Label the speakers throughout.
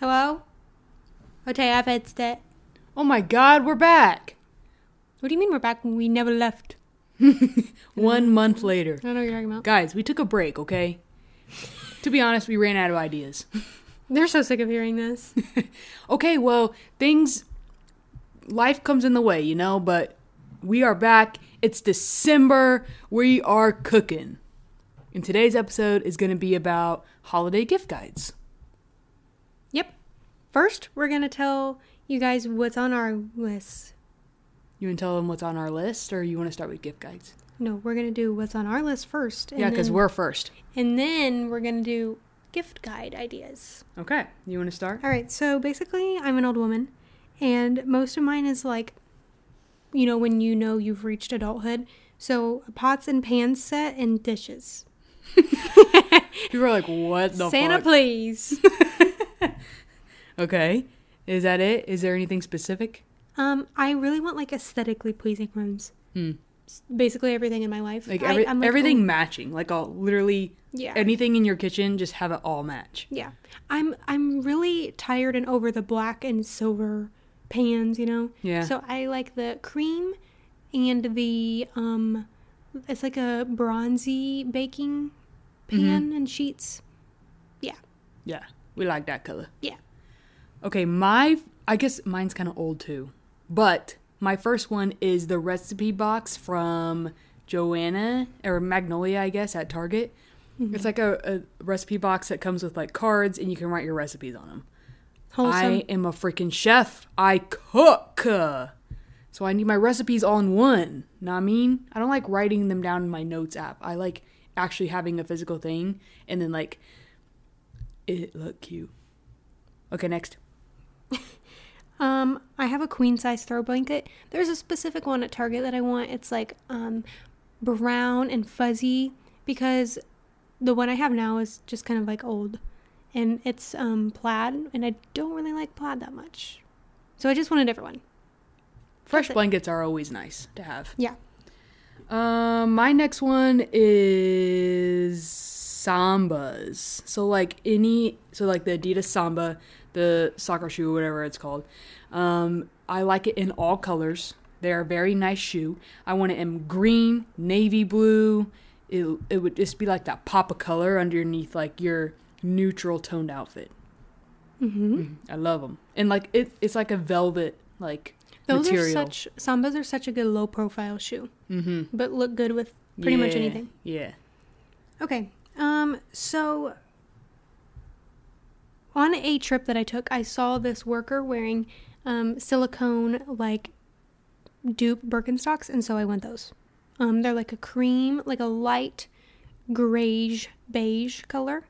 Speaker 1: Hello? Okay, I've had that.
Speaker 2: Oh my god, we're back!
Speaker 1: What do you mean we're back when we never left?
Speaker 2: One month later.
Speaker 1: I don't know what you're talking about.
Speaker 2: Guys, we took a break, okay? to be honest, we ran out of ideas.
Speaker 1: They're so sick of hearing this.
Speaker 2: Okay, well, things. Life comes in the way, you know, but we are back. It's December. We are cooking. And today's episode is going to be about holiday gift guides.
Speaker 1: yep. First, we're going to tell you guys what's on our list.
Speaker 2: You want to tell them what's on our list, or you want to start with gift guides?
Speaker 1: No, we're going to do what's on our list first. And
Speaker 2: Yeah, because
Speaker 1: then-
Speaker 2: we're first.
Speaker 1: And then we're going to do gift guide ideas.
Speaker 2: Okay, you want to start?
Speaker 1: All right, so basically, I'm an old woman, and most of mine is like, you know, when you know you've reached adulthood. So, a pots and pans set and dishes.
Speaker 2: People are like, what the
Speaker 1: Santa,
Speaker 2: fuck?
Speaker 1: please.
Speaker 2: Okay. Is that it? Is there anything specific?
Speaker 1: um, I really want like aesthetically pleasing rooms.
Speaker 2: Hmm.
Speaker 1: S- Basically, everything in my life.
Speaker 2: Like,
Speaker 1: I-
Speaker 2: every,
Speaker 1: I'm
Speaker 2: everything
Speaker 1: oh,
Speaker 2: matching. Like all literally
Speaker 1: yeah.
Speaker 2: anything in your kitchen, just have it all match.
Speaker 1: yeah. I'm I'm really tired and over the black and silver pans. You know.
Speaker 2: Yeah.
Speaker 1: So I like the cream, and the um, it's like a bronzy baking
Speaker 2: Mm-hmm.
Speaker 1: pan and sheets.
Speaker 2: yeah. We like that color.
Speaker 1: Yeah.
Speaker 2: Okay, my I guess mine's kind of old too. But my first one is the recipe box from Joanna or Magnolia, I guess, at Target.
Speaker 1: Mm-hmm.
Speaker 2: It's like a, a recipe box that comes with like cards and you can write your recipes on them.
Speaker 1: Wholesome.
Speaker 2: I am a freaking chef. I cook. So I need my recipes all in one. Know what I mean? I don't like writing them down in my notes app. I like actually having a physical thing and then like it look cute. Okay, next.
Speaker 1: Um, I have a queen size throw blanket. There's a specific one at Target that I want. It's like um brown and fuzzy because the one I have now is just kind of like old and it's um plaid and I don't really like plaid that much. So I just want a different one.
Speaker 2: Fresh
Speaker 1: Perfect.
Speaker 2: blankets are always nice to have.
Speaker 1: Yeah.
Speaker 2: Um, my next one is sambas. So like any, so like the Adidas Samba, the soccer shoe, whatever it's called. Um, I like it in all colors. They're a very nice shoe. I want it in green, navy blue. It it would just be like that pop of color underneath like your neutral toned outfit.
Speaker 1: Mm-hmm.
Speaker 2: I love them, and like it, it's like a velvet like
Speaker 1: Those
Speaker 2: material.
Speaker 1: are such sambas are such a good low profile shoe,
Speaker 2: mm-hmm.
Speaker 1: but look good with pretty much anything.
Speaker 2: Yeah.
Speaker 1: Okay. Um so on a trip that I took, I saw this worker wearing um silicone like dupe Birkenstocks and so I went those. Um they're like a cream, like a light grayish beige color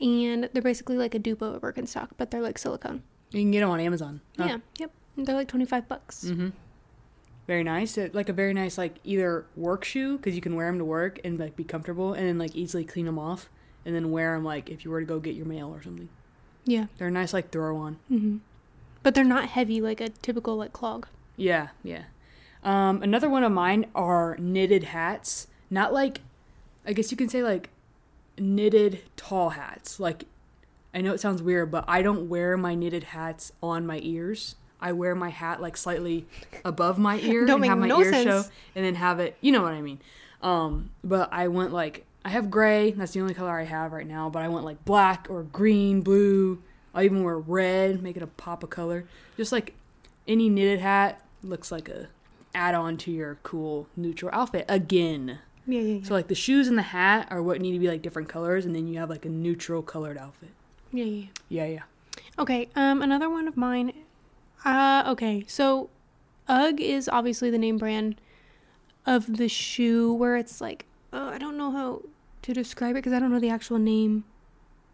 Speaker 1: and they're basically like a dupe of a Birkenstock, but they're like silicone.
Speaker 2: You can get them on Amazon. Huh.
Speaker 1: Yeah, yep. And they're like 25 bucks.
Speaker 2: Mm-hmm. Very nice. It- Like a very nice, like either work shoe because you can wear them to work and like be comfortable, and then like easily clean them off, and then wear them like if you were to go get your mail or something.
Speaker 1: Yeah.
Speaker 2: They're nice, like throw on.
Speaker 1: Mhm. But they're not heavy like a typical like clog.
Speaker 2: Yeah, yeah. Um, another one of mine are knitted hats. Not like, I guess you can say like knitted tall hats. Like, I know it sounds weird, but I don't wear my knitted hats on my ears. I wear my hat like slightly above my ear
Speaker 1: Don't
Speaker 2: and
Speaker 1: make
Speaker 2: have my
Speaker 1: no
Speaker 2: ears show,
Speaker 1: sense.
Speaker 2: and then have it. You know what I mean. Um, but I want like I have gray. That's the only color I have right now. But I want like black or green, blue. I'll even wear red, make it a pop of color. Just like any knitted hat looks like a add-on to your cool neutral outfit again.
Speaker 1: Yeah, yeah, yeah.
Speaker 2: So like the shoes and the hat are what need to be like different colors, and then you have like a neutral colored outfit.
Speaker 1: yeah, yeah. yeah.
Speaker 2: Yeah, yeah.
Speaker 1: Okay, um, another one of mine. Uh, okay, so UGG is obviously the name brand of the shoe where it's like, uh, I don't know how to describe it because I don't know the actual name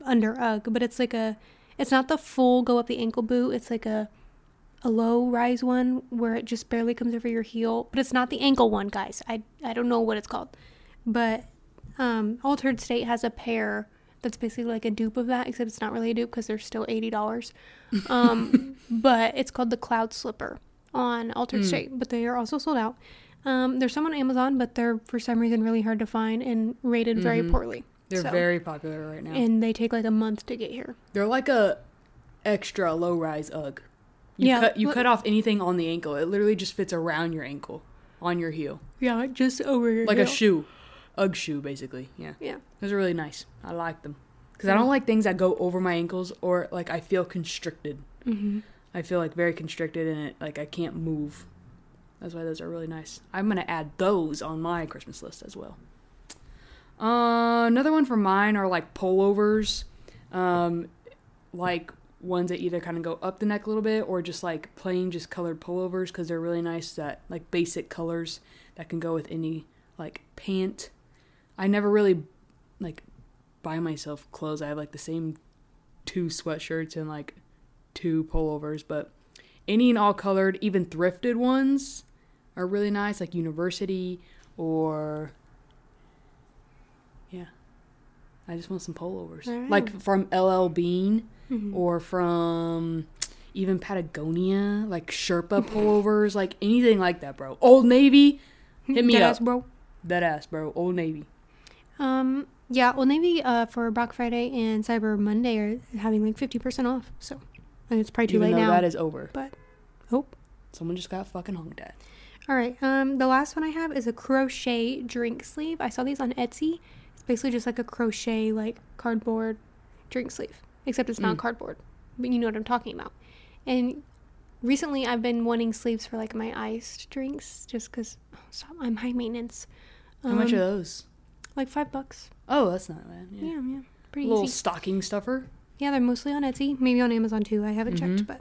Speaker 1: under UGG, but it's like a, it's not the full go up the ankle boot. It's like a, a low rise one where it just barely comes over your heel, but it's not the ankle one, guys. I I don't know what it's called, but um, Altered State has a pair that's basically like a dupe of that, except it's not really a dupe because they're still eighty dollars. Um, but it's called the Cloud Slipper on Altered State, but they are also sold out. Um, there's some on Amazon, but they're for some reason really hard to find and rated very poorly.
Speaker 2: They're
Speaker 1: So-
Speaker 2: very popular right now.
Speaker 1: and they take like a month to get here.
Speaker 2: They're like a extra low rise UGG. You
Speaker 1: Yeah,
Speaker 2: cut you
Speaker 1: what-
Speaker 2: cut off anything on the ankle. It literally just fits around your ankle, on your heel,
Speaker 1: Yeah, just over your
Speaker 2: like a
Speaker 1: heel.
Speaker 2: shoe, UGG shoe basically. Yeah,
Speaker 1: Yeah.
Speaker 2: those are really nice. I like them because I don't like things that go over my ankles or like I feel constricted.
Speaker 1: Mm-hmm.
Speaker 2: I feel like very constricted and it like I can't move. That's why those are really nice. I'm gonna add those on my Christmas list as well. Uh, another one for mine are like pullovers, um, like ones that either kind of go up the neck a little bit or just like plain just colored pullovers because they're really nice. That like basic colors that can go with any like pant. I never really like buy myself clothes. I have like the same two sweatshirts and like two pullovers, but any and all colored, even thrifted ones are really nice, like university or yeah. I just want some pullovers,
Speaker 1: All right.
Speaker 2: like from LL Bean
Speaker 1: Mhm.
Speaker 2: or from even Patagonia, like Sherpa pullovers, like anything like that, bro. Old Navy, hit me
Speaker 1: Dead
Speaker 2: up,
Speaker 1: ass, bro.
Speaker 2: that ass, bro. Old Navy.
Speaker 1: Um, yeah, well, maybe uh, for Black Friday and Cyber Monday are having like 50% off. So, and it's probably too
Speaker 2: Even
Speaker 1: late
Speaker 2: though
Speaker 1: now.
Speaker 2: that is over,
Speaker 1: but, oh.
Speaker 2: someone just got fucking honked at.
Speaker 1: All right. Um, the last one I have is a crochet drink sleeve. I saw these on Etsy. It's basically just like a crochet, like cardboard drink sleeve, except it's not
Speaker 2: Mm.
Speaker 1: cardboard. But you know what I'm talking about. And recently, I've been wanting sleeves for like my iced drinks, just because stop, I'm high maintenance.
Speaker 2: How much
Speaker 1: Um,
Speaker 2: are those?
Speaker 1: Like five bucks.
Speaker 2: Oh, that's not bad. Yeah.
Speaker 1: Yeah, yeah, pretty
Speaker 2: little
Speaker 1: easy.
Speaker 2: stocking stuffer.
Speaker 1: Yeah, they're mostly on Etsy, maybe on Amazon too. I haven't
Speaker 2: Mhm.
Speaker 1: checked, but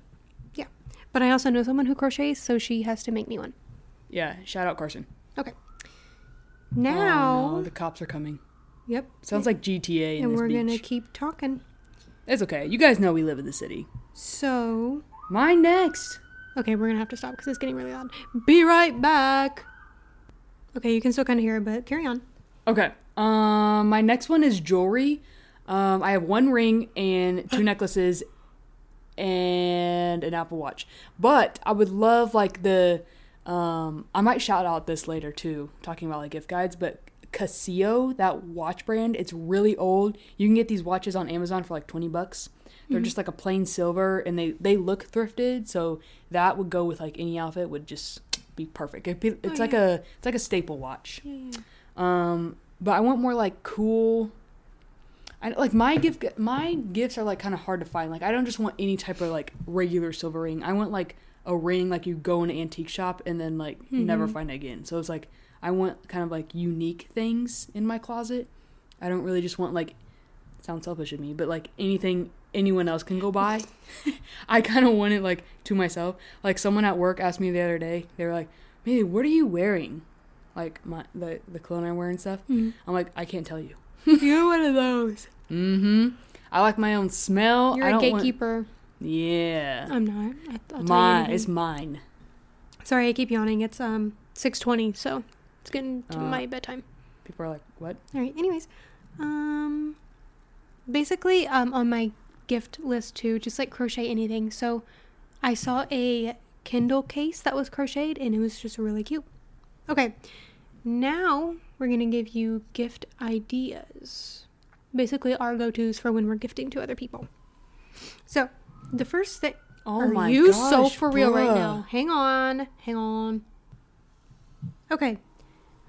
Speaker 1: yeah. But I also know someone who crochets, so she has to make me one.
Speaker 2: Yeah, shout out Carson. Oh,
Speaker 1: Now,
Speaker 2: no, the cops are coming.
Speaker 1: yep.
Speaker 2: Sounds like GTA in
Speaker 1: and
Speaker 2: this
Speaker 1: we're gonna
Speaker 2: beach.
Speaker 1: keep talking.
Speaker 2: It's okay. You guys know we live in the city.
Speaker 1: So,
Speaker 2: Mine next.
Speaker 1: okay, we're gonna have to stop because it's getting really loud. Be right back. Okay, you can still kind of hear it, but carry on.
Speaker 2: Okay. Um, my next one is jewelry. Um, I have one ring and two necklaces and an Apple Watch. But I would love like the um I might shout out this later too, talking about like gift guides, but Casio, that watch brand, it's really old. You can get these watches on Amazon for like 20 bucks. They're just like a plain silver and they they look thrifted, so that would go with like any outfit would just be perfect. It'd be, it's like
Speaker 1: yeah.
Speaker 2: a it's like a staple watch. Um, but I want more like cool. I like my gift. My gifts are like kind of hard to find. Like I don't just want any type of like regular silver ring. I want like a ring like you go in an antique shop and then like never
Speaker 1: Mhm.
Speaker 2: find it again. So it's like I want kind of like unique things in my closet. I don't really just want like sounds selfish of me, but like anything anyone else can go buy. I kind of want it like to myself. Like someone at work asked me the other day. They were like, "Maybe what are you wearing?" Like my the the cologne I wear and stuff. I'm like, I can't tell you.
Speaker 1: Mm-hmm. You're one of those.
Speaker 2: Mm-hmm. I like my own smell.
Speaker 1: You're
Speaker 2: I
Speaker 1: a
Speaker 2: don't want- uh,
Speaker 1: gatekeeper.
Speaker 2: Yeah.
Speaker 1: I'm not. I, I'll tell you
Speaker 2: Mine.
Speaker 1: anything.
Speaker 2: It's mine.
Speaker 1: Sorry, I keep yawning. It's um 6:20, so it's getting to
Speaker 2: Uh.
Speaker 1: my bedtime.
Speaker 2: People are like, what?
Speaker 1: All right. Anyways, um, basically, um, on my gift list too, just like crochet anything. So, I saw a Kindle case that was crocheted, and it was just really cute. Okay, now we're gonna give you gift ideas. Basically, our go-tos for when we're gifting to other people. So, the first thing.
Speaker 2: Oh
Speaker 1: Are
Speaker 2: my
Speaker 1: you so
Speaker 2: gosh,
Speaker 1: for real right
Speaker 2: bruh.
Speaker 1: now? Hang on, hang on. Okay,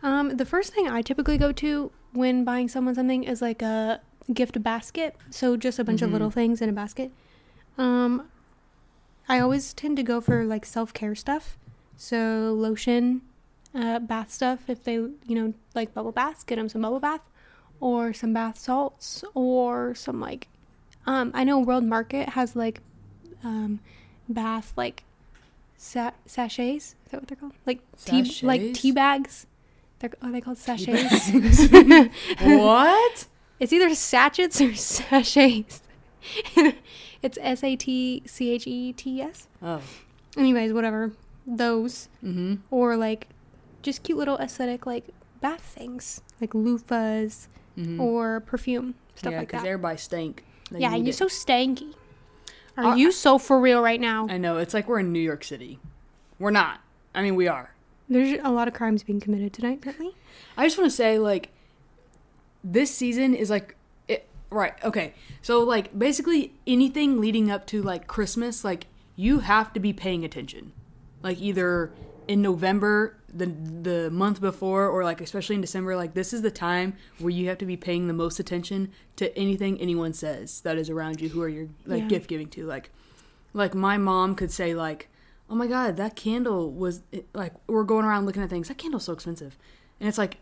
Speaker 1: um, the first thing I typically go to when buying someone something is like a gift basket. So just a bunch
Speaker 2: Mhm.
Speaker 1: of little things in a basket. Um, I always tend to go for like self care stuff. So lotion, uh, bath stuff. If they, you know, like bubble baths, get them some bubble bath or some bath salts or some like, um, I know World Market has like, um, bath like sa- sachets. Is that what they're called? Like tea, like
Speaker 2: Sachets?
Speaker 1: tea bags. They're, are they called sachets?
Speaker 2: what?
Speaker 1: It's either sachets or sachets. it's S A T C H E T S.
Speaker 2: Oh.
Speaker 1: Anyways, whatever. Those.
Speaker 2: Mm-hmm.
Speaker 1: Or like just cute little aesthetic like bath things. Like loofahs
Speaker 2: mm-hmm.
Speaker 1: or perfume. Stuff
Speaker 2: yeah,
Speaker 1: like
Speaker 2: because
Speaker 1: that.
Speaker 2: everybody stank. They
Speaker 1: Yeah,
Speaker 2: need
Speaker 1: you're
Speaker 2: it.
Speaker 1: so stanky. Are
Speaker 2: Uh,
Speaker 1: you so for real right now?
Speaker 2: I know. It's like we're in New York City. We're not. I mean, we are.
Speaker 1: There's a lot of crimes being committed tonight, apparently.
Speaker 2: I just want to say, like, this season is like, it, Right. Okay. So like basically anything leading up to like Christmas, like you have to be paying attention. Like either in November, the the month before or like especially in December, like this is the time where you have to be paying the most attention to anything anyone says that is around you who are your like
Speaker 1: Yeah.
Speaker 2: gift giving to. Like like my mom could say like, "Oh my god, that candle was it- like we're going around looking at things. That candle's so expensive." And it's like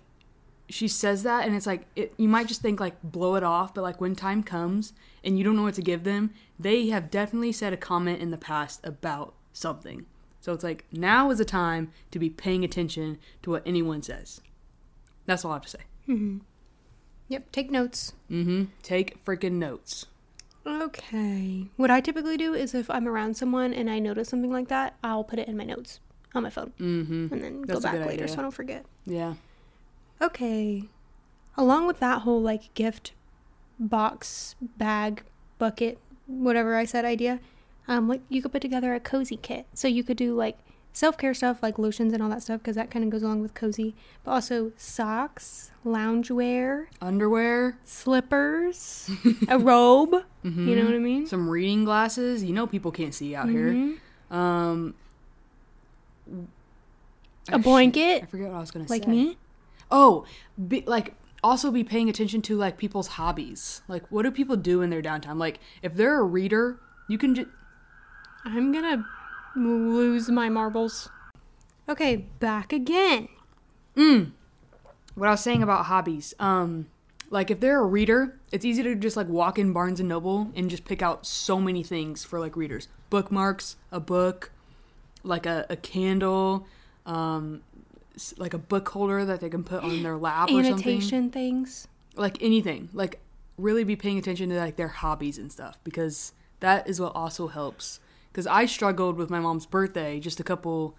Speaker 2: she says that and it's like it, you might just think like blow it off but like when time comes and you don't know what to give them they have definitely said a comment in the past about something so it's like now is a time to be paying attention to what anyone says that's all i have to say
Speaker 1: Mm-hmm. Yep, take notes.
Speaker 2: mm-hmm take freaking notes
Speaker 1: Okay. What I typically do is if I'm around someone and I notice something like that, I'll put it in my notes on my phone
Speaker 2: mm-hmm
Speaker 1: and then go
Speaker 2: That's a
Speaker 1: back
Speaker 2: good
Speaker 1: later
Speaker 2: idea.
Speaker 1: so I don't forget.
Speaker 2: yeah
Speaker 1: Okay. Along with that whole like gift box, bag, bucket, whatever I said idea, um, like you could put together a cozy kit. So you could do like self care stuff like lotions and all that stuff because that kind of goes along with cozy, but also socks, loungewear,
Speaker 2: underwear
Speaker 1: slippers, a robe. You know what I mean?
Speaker 2: some reading glasses you know people can't see out
Speaker 1: Mhm.
Speaker 2: Mm-hmm. here um
Speaker 1: A
Speaker 2: I-
Speaker 1: blanket,
Speaker 2: i forget what i was gonna
Speaker 1: like
Speaker 2: say.
Speaker 1: me.
Speaker 2: Oh, be, like also be paying attention to like people's hobbies. Like what do people do in their downtime? Like if they're a reader, you can just
Speaker 1: I'm gonna lose my marbles. Okay, back again.
Speaker 2: mm. What I was saying about hobbies. Um like if they're a reader, it's easy to just like walk in Barnes and Noble and just pick out so many things for like readers. Bookmarks, a book, like a, a candle, um s- like a book holder that they can put on their lap or something.
Speaker 1: Annotation things.
Speaker 2: like anything like really be paying attention to like their hobbies and stuff because that is what also helps because i struggled with my mom's birthday just a couple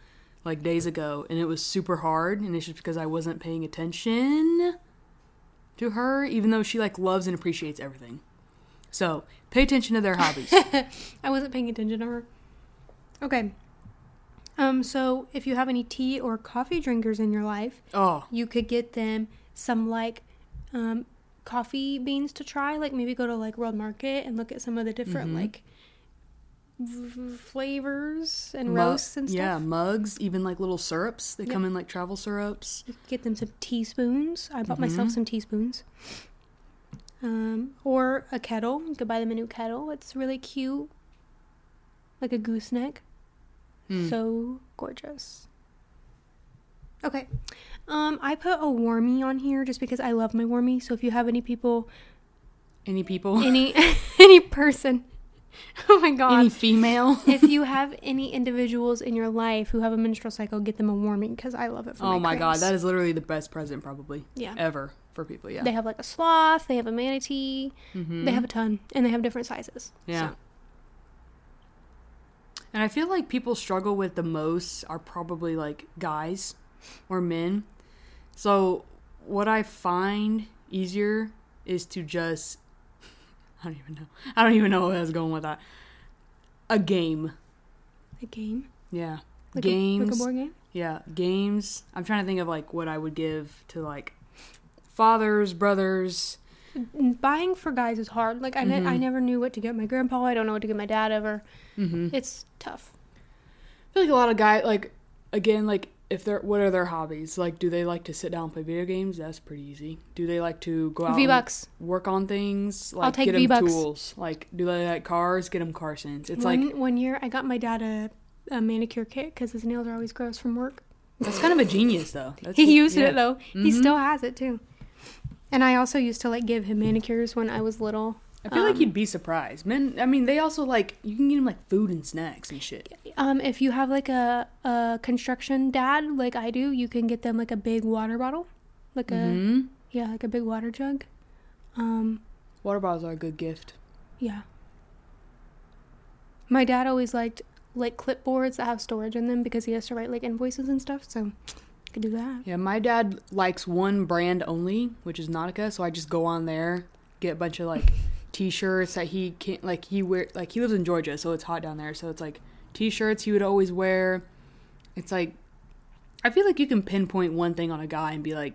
Speaker 2: like days ago and it was super hard and it's just because i wasn't paying attention to her even though she like loves and appreciates everything so pay attention to their hobbies
Speaker 1: I wasn't paying attention to her. Okay. Um, so if you have any tea or coffee drinkers in your life,
Speaker 2: oh
Speaker 1: you could get them some like um, coffee beans to try. Like maybe go to like World Market and look at some of the different
Speaker 2: Mhm.
Speaker 1: like v- flavors and
Speaker 2: mu-
Speaker 1: roasts and stuff.
Speaker 2: yeah mugs even like little syrups they come in like travel syrups
Speaker 1: You could get them some teaspoons. I
Speaker 2: Mm-hmm.
Speaker 1: bought myself some teaspoons. Um, or a kettle. You could buy them a new kettle. It's really cute. Like a gooseneck.
Speaker 2: Hmm.
Speaker 1: So gorgeous. Okay. Um, I put a warmie on here just because I love my warmie. So if you have any people,
Speaker 2: any people
Speaker 1: any any person, oh my god,
Speaker 2: any female
Speaker 1: if you have any individuals in your life who have a menstrual cycle, get them a warmie because I love it. For
Speaker 2: oh my god
Speaker 1: cramps.
Speaker 2: that is literally the best present probably
Speaker 1: yeah.
Speaker 2: ever for people yeah
Speaker 1: They have like a sloth, they have a manatee,
Speaker 2: Mhm.
Speaker 1: they have a ton, and they have different sizes.
Speaker 2: Yeah.
Speaker 1: So,
Speaker 2: And I feel like people struggle with the most are probably like guys or men. So what I find easier is to just I don't even know. I don't even know where I was going with that. A game.
Speaker 1: a game.
Speaker 2: Yeah.
Speaker 1: Like A, like a
Speaker 2: Games.
Speaker 1: board game?
Speaker 2: Yeah, games. I'm trying to think of like what I would give to like fathers, brothers.
Speaker 1: N- Buying for guys is hard. Like, I, ne- I
Speaker 2: Mhm.
Speaker 1: never knew what to get my grandpa. I don't know what to get my dad ever.
Speaker 2: Mm-hmm.
Speaker 1: It's tough.
Speaker 2: I feel like a lot of guys like again like if they're what are their hobbies like do they like to sit down and play video games that's pretty easy do they like to go out
Speaker 1: V Bucks.
Speaker 2: and work on things like
Speaker 1: take
Speaker 2: get them
Speaker 1: V-Bucks.
Speaker 2: tools like do they like cars get them car sense it's
Speaker 1: one,
Speaker 2: like
Speaker 1: one year, I got my dad a, a manicure kit because his nails are always gross from work.
Speaker 2: that's kind of a genius though that's
Speaker 1: Mm-hmm. he used
Speaker 2: yeah. Mm-hmm.
Speaker 1: it though. He still has it too. And I also used to like give him manicures when I was little.
Speaker 2: I feel like
Speaker 1: Um,
Speaker 2: you'd be surprised men I mean they also like you can get them like food and snacks and shit
Speaker 1: Um, if you have like a, a construction dad like I do, you can get them like a big water bottle, like a
Speaker 2: Mhm.
Speaker 1: yeah, like a big water jug. Um,
Speaker 2: water bottles are a good gift
Speaker 1: yeah. My dad always liked like clipboards that have storage in them because he has to write like invoices and stuff, so you could do that.
Speaker 2: yeah my dad likes one brand only which is Nautica so I just go on there get a bunch of like t-shirts that he can't like he wear like he lives in Georgia so it's hot down there so it's like t-shirts he would always wear it's like I feel like you can pinpoint one thing on a guy and be like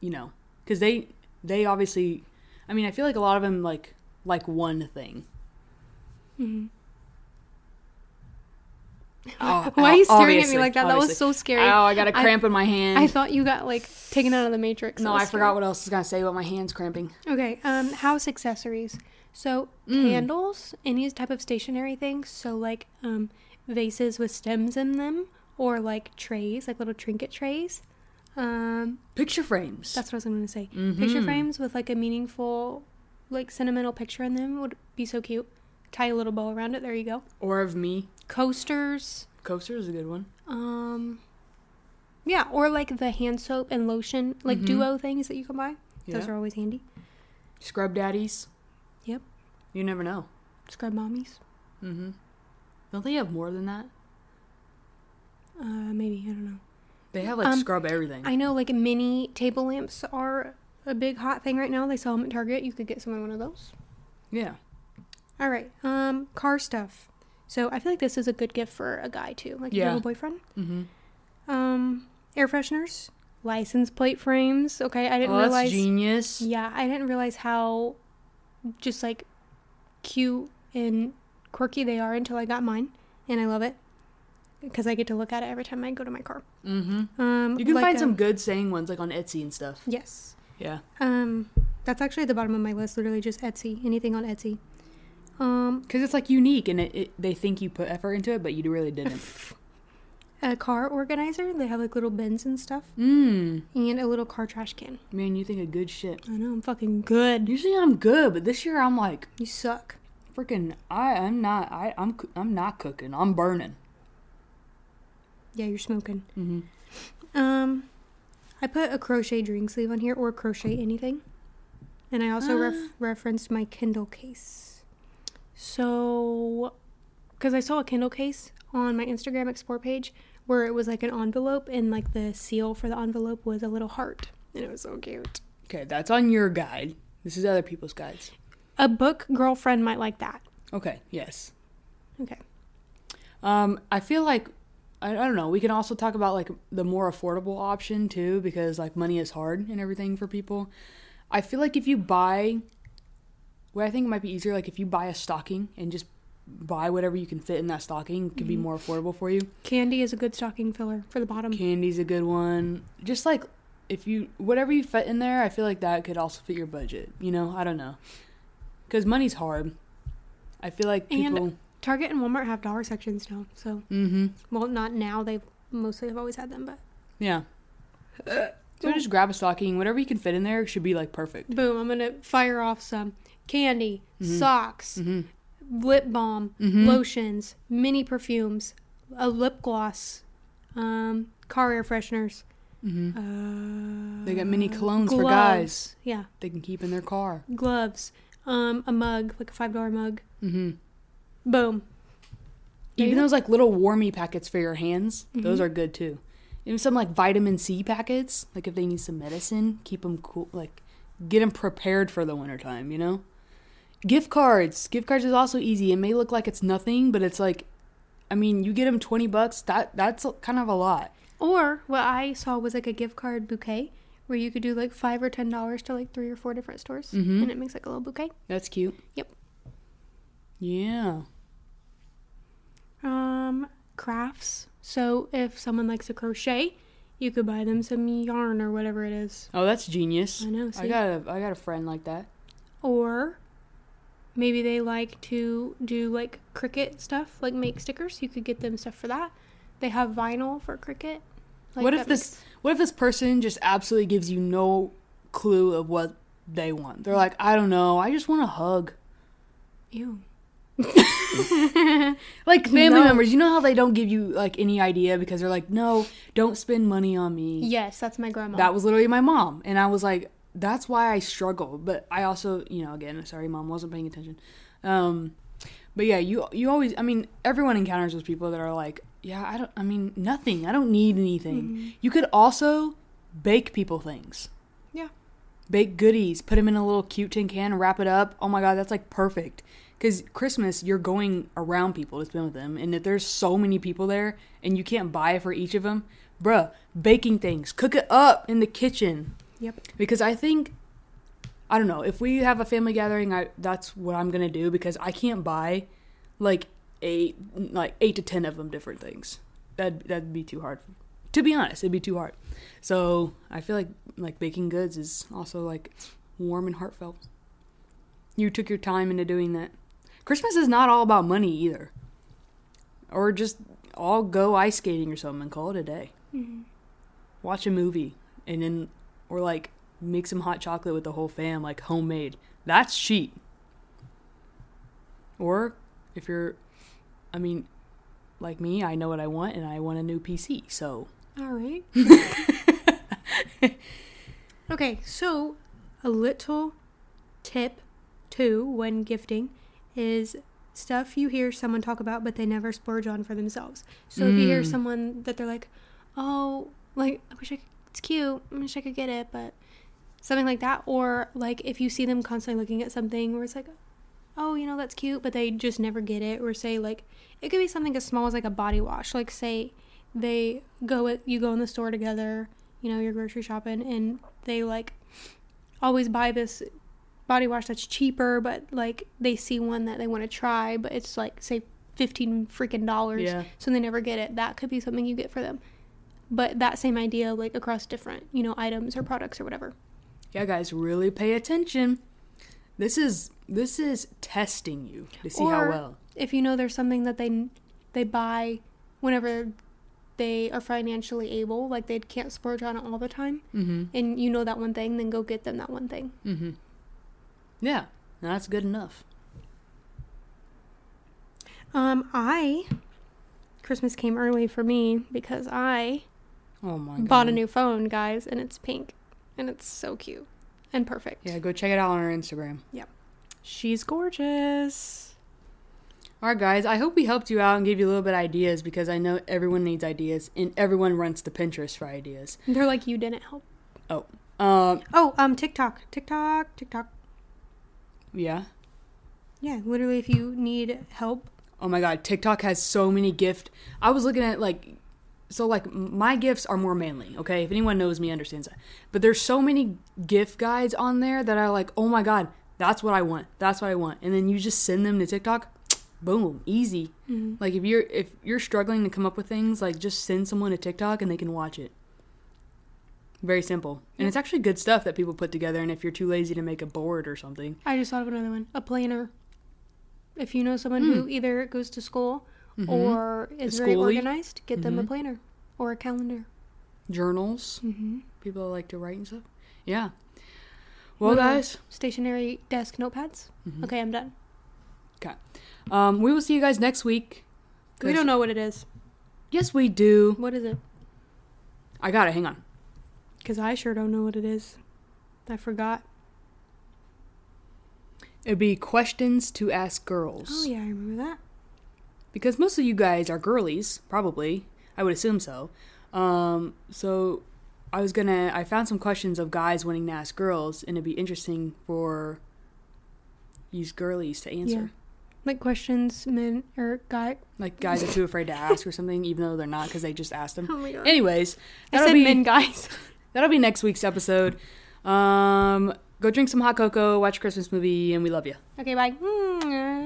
Speaker 2: you know cuz they they obviously I mean, I feel like a lot of them like like one thing.
Speaker 1: Mm-hmm.
Speaker 2: Oh,
Speaker 1: Why are you staring at
Speaker 2: obviously,
Speaker 1: me like that? That
Speaker 2: obviously.
Speaker 1: was so scary.
Speaker 2: Ow, I got a
Speaker 1: I-
Speaker 2: cramp in my hand.
Speaker 1: I thought you got like taken out of the matrix.
Speaker 2: no,
Speaker 1: That was
Speaker 2: I forgot
Speaker 1: scary.
Speaker 2: what else I was gonna say about my hands cramping.
Speaker 1: Okay, um, house accessories. So candles, any type of stationary things. So like um, vases with stems in them, or like trays, like little trinket trays. Um,
Speaker 2: Picture frames.
Speaker 1: that's what I was going to say.
Speaker 2: Mm-hmm.
Speaker 1: Picture frames with like a meaningful, like sentimental picture in them would be so cute. Tie a little bow around it. There you go.
Speaker 2: or of me.
Speaker 1: Coasters.
Speaker 2: Coaster is a good one.
Speaker 1: Um, yeah, or like the hand soap and lotion, like duo things that you can buy. Those
Speaker 2: Yeah.
Speaker 1: are always handy.
Speaker 2: Scrub daddies.
Speaker 1: Yep.
Speaker 2: You never know.
Speaker 1: Scrub mommies.
Speaker 2: Mm-hmm. Don't they have more than that?
Speaker 1: Uh, maybe I don't know.
Speaker 2: They have like
Speaker 1: Um,
Speaker 2: scrub everything.
Speaker 1: I know like mini table lamps are a big hot thing right now. They sell them at Target. You could get someone one of those.
Speaker 2: yeah.
Speaker 1: All right. Um, car stuff. So I feel like this is a good gift for a guy too, like if you have
Speaker 2: Yeah.
Speaker 1: a boyfriend.
Speaker 2: Mm-hmm.
Speaker 1: Um, air fresheners, license plate frames. Okay, I didn't
Speaker 2: Oh, that's
Speaker 1: realize.
Speaker 2: genius.
Speaker 1: Yeah, I didn't realize how just like cute and quirky they are until I got mine, and I love it because I get to look at it every time I go to my car.
Speaker 2: Mm-hmm.
Speaker 1: Um,
Speaker 2: You can
Speaker 1: like,
Speaker 2: find some
Speaker 1: um,
Speaker 2: good saying ones like on Etsy and stuff.
Speaker 1: Yes.
Speaker 2: Yeah.
Speaker 1: Um, that's actually at the bottom of my list. Literally just Etsy. Anything on Etsy. Um,
Speaker 2: Because it's like unique and it, it, they think you put effort into it, but you really didn't.
Speaker 1: a car organizer. They have like little bins and stuff,
Speaker 2: Mmm.
Speaker 1: and a little car trash can.
Speaker 2: Man, you think of good shit.
Speaker 1: I know I'm fucking good.
Speaker 2: Usually I'm good, but this year I'm like
Speaker 1: You suck.
Speaker 2: freaking. I I'm not. I I'm coo- I'm not cooking. I'm burning.
Speaker 1: Yeah, you're smoking.
Speaker 2: Mm-hmm.
Speaker 1: Um, I put a crochet drink sleeve on here or crochet anything, and I also ref- referenced my Kindle case. So, because I saw a Kindle case on my Instagram Explore page where it was like an envelope and like the seal for the envelope was a little heart, and it was so cute.
Speaker 2: Okay, that's on your guide. This is other people's guides.
Speaker 1: A book girlfriend might like that.
Speaker 2: Okay. Yes.
Speaker 1: Okay.
Speaker 2: Um, I feel like I, I don't know. We can also talk about like the more affordable option too, because like money is hard and everything for people. I feel like if you buy, what I think might be easier, like if you buy a stocking and just buy whatever you can fit in that stocking, could be more affordable for you.
Speaker 1: Candy is a good stocking filler for the bottom.
Speaker 2: Candy's a good one. Just like if you whatever you fit in there, I feel like that could also fit your budget. You know, I don't know, because money's hard. I feel like
Speaker 1: And-
Speaker 2: people.
Speaker 1: Target and Walmart have dollar sections now, so
Speaker 2: mm-hmm.
Speaker 1: well, not now. They mostly have always had them, but
Speaker 2: Yeah. So just grab a stocking, whatever you can fit in there should be like perfect.
Speaker 1: boom, I'm gonna fire off some candy,
Speaker 2: Mm-hmm.
Speaker 1: socks, lip balm, lotions, mini perfumes, a lip gloss, um, car air fresheners. Uh,
Speaker 2: mm-hmm. They got mini colognes for
Speaker 1: gloves.
Speaker 2: guys
Speaker 1: Yeah,
Speaker 2: they can keep in their car.
Speaker 1: gloves, um, a mug, like a five dollar mug.
Speaker 2: Mm-hmm.
Speaker 1: Boom. There you
Speaker 2: Even
Speaker 1: go.
Speaker 2: those like little warmy packets for your hands,
Speaker 1: Mm-hmm.
Speaker 2: those are good too. Even some like vitamin C packets, like if they need some medicine, keep them cool, like get them prepared for the wintertime, you know? Gift cards. Gift cards is also easy. It may look like it's nothing, but it's like, I mean, you get them 20 bucks, that that's kind of a lot.
Speaker 1: Or what I saw was like a gift card bouquet where you could do like five or ten dollars to like three or four different stores,
Speaker 2: Mm-hmm.
Speaker 1: and it makes like a little bouquet.
Speaker 2: That's cute.
Speaker 1: Mm-hmm. Yep.
Speaker 2: Yeah.
Speaker 1: Um, crafts. So if someone likes to crochet, you could buy them some yarn or whatever it is.
Speaker 2: Oh, that's genius.
Speaker 1: I know,
Speaker 2: I
Speaker 1: see?
Speaker 2: got a I got a friend like that.
Speaker 1: Or maybe they like to do like cricket stuff, like make stickers. You could get them stuff for that. They have vinyl for cricket. Like,
Speaker 2: what if
Speaker 1: that
Speaker 2: this What if this person just absolutely gives you no clue of what they want? They're like, I don't know. I just want a hug.
Speaker 1: makes- ew.
Speaker 2: Like family
Speaker 1: No.
Speaker 2: members, you know how they don't give you like any idea because they're like, no, don't spend money on me.
Speaker 1: Yes, that's my grandma.
Speaker 2: That was literally my mom, and I was like, that's why I struggle. But I also, you know, again, sorry, mom wasn't paying attention. Um, but yeah, you you always, I mean, everyone encounters those people that are like, yeah, I don't, I mean, nothing. I don't need anything.
Speaker 1: Mm-hmm.
Speaker 2: You could also bake people things.
Speaker 1: Yeah.
Speaker 2: Bake goodies, put them in a little cute tin can, wrap it up. Oh my god, that's like perfect. Because Christmas, you're going around people to spend with them, and if there's so many people there, and you can't buy for each of them, bruh, baking things, cook it up in the kitchen.
Speaker 1: Yep.
Speaker 2: Because I think I don't know. If we have a family gathering, I that's what I'm gonna do because I can't buy like eight like eight to ten of them different things. That that'd be too hard. To be honest, it'd be too hard. So I feel like like baking goods is also like warm and heartfelt. You took your time into doing that. Christmas is not all about money either. Or just all go ice skating or something and call it a day.
Speaker 1: Mm-hmm.
Speaker 2: Watch a movie and then or like make some hot chocolate with the whole fam, like homemade. That's cheap. Or if you're, I mean, like me, I know what I want and I want a new PC. So
Speaker 1: All right. okay, so a little tip too when gifting is stuff you hear someone talk about but they never splurge on for themselves. So if you hear
Speaker 2: Mm.
Speaker 1: someone that they're like, "Oh, like I wish I could, it's cute. I wish I could get it," but something like that or like if you see them constantly looking at something where it's like, "Oh, you know, that's cute," but they just never get it or say like it could be something as small as like a body wash. Like say they go at, you go in the store together, you know, you're grocery shopping and they like always buy this body wash that's cheaper, but like they see one that they want to try, but it's like say fifteen freaking dollars.
Speaker 2: Yeah.
Speaker 1: So they never get it. That could be something you get for them. But that same idea like across different, you know, items or products or whatever.
Speaker 2: yeah, guys, really pay attention. This is this is testing you to see how
Speaker 1: Or-
Speaker 2: well.
Speaker 1: If you know there's something that they they buy whenever they are financially able, like they can't splurge on it all the time,
Speaker 2: Mm-hmm.
Speaker 1: and you know that one thing, then go get them that one thing.
Speaker 2: Mm-hmm. Yeah, that's good enough.
Speaker 1: Um, I Christmas came early for me because I
Speaker 2: Oh my god.
Speaker 1: bought a new phone, guys, and it's pink, and it's so cute and perfect.
Speaker 2: Yeah, go check it out on our Instagram.
Speaker 1: She's gorgeous.
Speaker 2: All right, guys. I hope we helped you out and gave you a little bit of ideas because I know everyone needs ideas and everyone runs to Pinterest for ideas.
Speaker 1: They're like you didn't help.
Speaker 2: Um,
Speaker 1: Oh, um, TikTok, TikTok, TikTok.
Speaker 2: yeah.
Speaker 1: Yeah, literally, if you need help,
Speaker 2: Oh my god, TikTok has so many gift. I was looking at like so like m- my gifts are more manly, okay? If anyone knows me understands that. But there's so many gift guides on there that are like, "Oh my god, that's what I want. That's what I want." And then you just send them to TikTok. Boom, easy. Like if you're if you're struggling to come up with things, like just send someone to TikTok and they can watch it. Very simple. And it's actually good stuff that people put together and if you're too lazy to make a board or something.
Speaker 1: I just thought of another one, a planner. If you know someone who either goes to school Mm-hmm. or Hmm. is Mm-hmm. very
Speaker 2: schoolie.
Speaker 1: organized, get them a
Speaker 2: Mhm.
Speaker 1: planner or a calendar.
Speaker 2: Journals,
Speaker 1: Mm-hmm.
Speaker 2: people that like to write and stuff. Yeah. Well,
Speaker 1: What
Speaker 2: guys,
Speaker 1: Stationary desk notepads. Okay, I'm done.
Speaker 2: um, we will see you guys next week.
Speaker 1: We don't know what it is.
Speaker 2: Yes, we do.
Speaker 1: What is it?
Speaker 2: I got it. Hang on.
Speaker 1: Because I sure don't know what it is. I forgot.
Speaker 2: It'd be questions to ask girls.
Speaker 1: Oh, yeah, I remember that.
Speaker 2: Because most of you guys are girlies, probably. I would assume so. Um, so I was gonna. I found some questions of guys wanting to ask girls, and it'd be interesting for these girlies to answer.
Speaker 1: Yeah. Like questions men or guy.
Speaker 2: Like guys are too afraid to ask or something, even though they're not, because they just asked them.
Speaker 1: Oh my god.
Speaker 2: Anyways,
Speaker 1: I
Speaker 2: that'll
Speaker 1: said
Speaker 2: be-
Speaker 1: men guys.
Speaker 2: That'll be next week's episode. Um, go drink some hot cocoa, watch a Christmas movie, and we love you.
Speaker 1: okay, bye. Mm-hmm.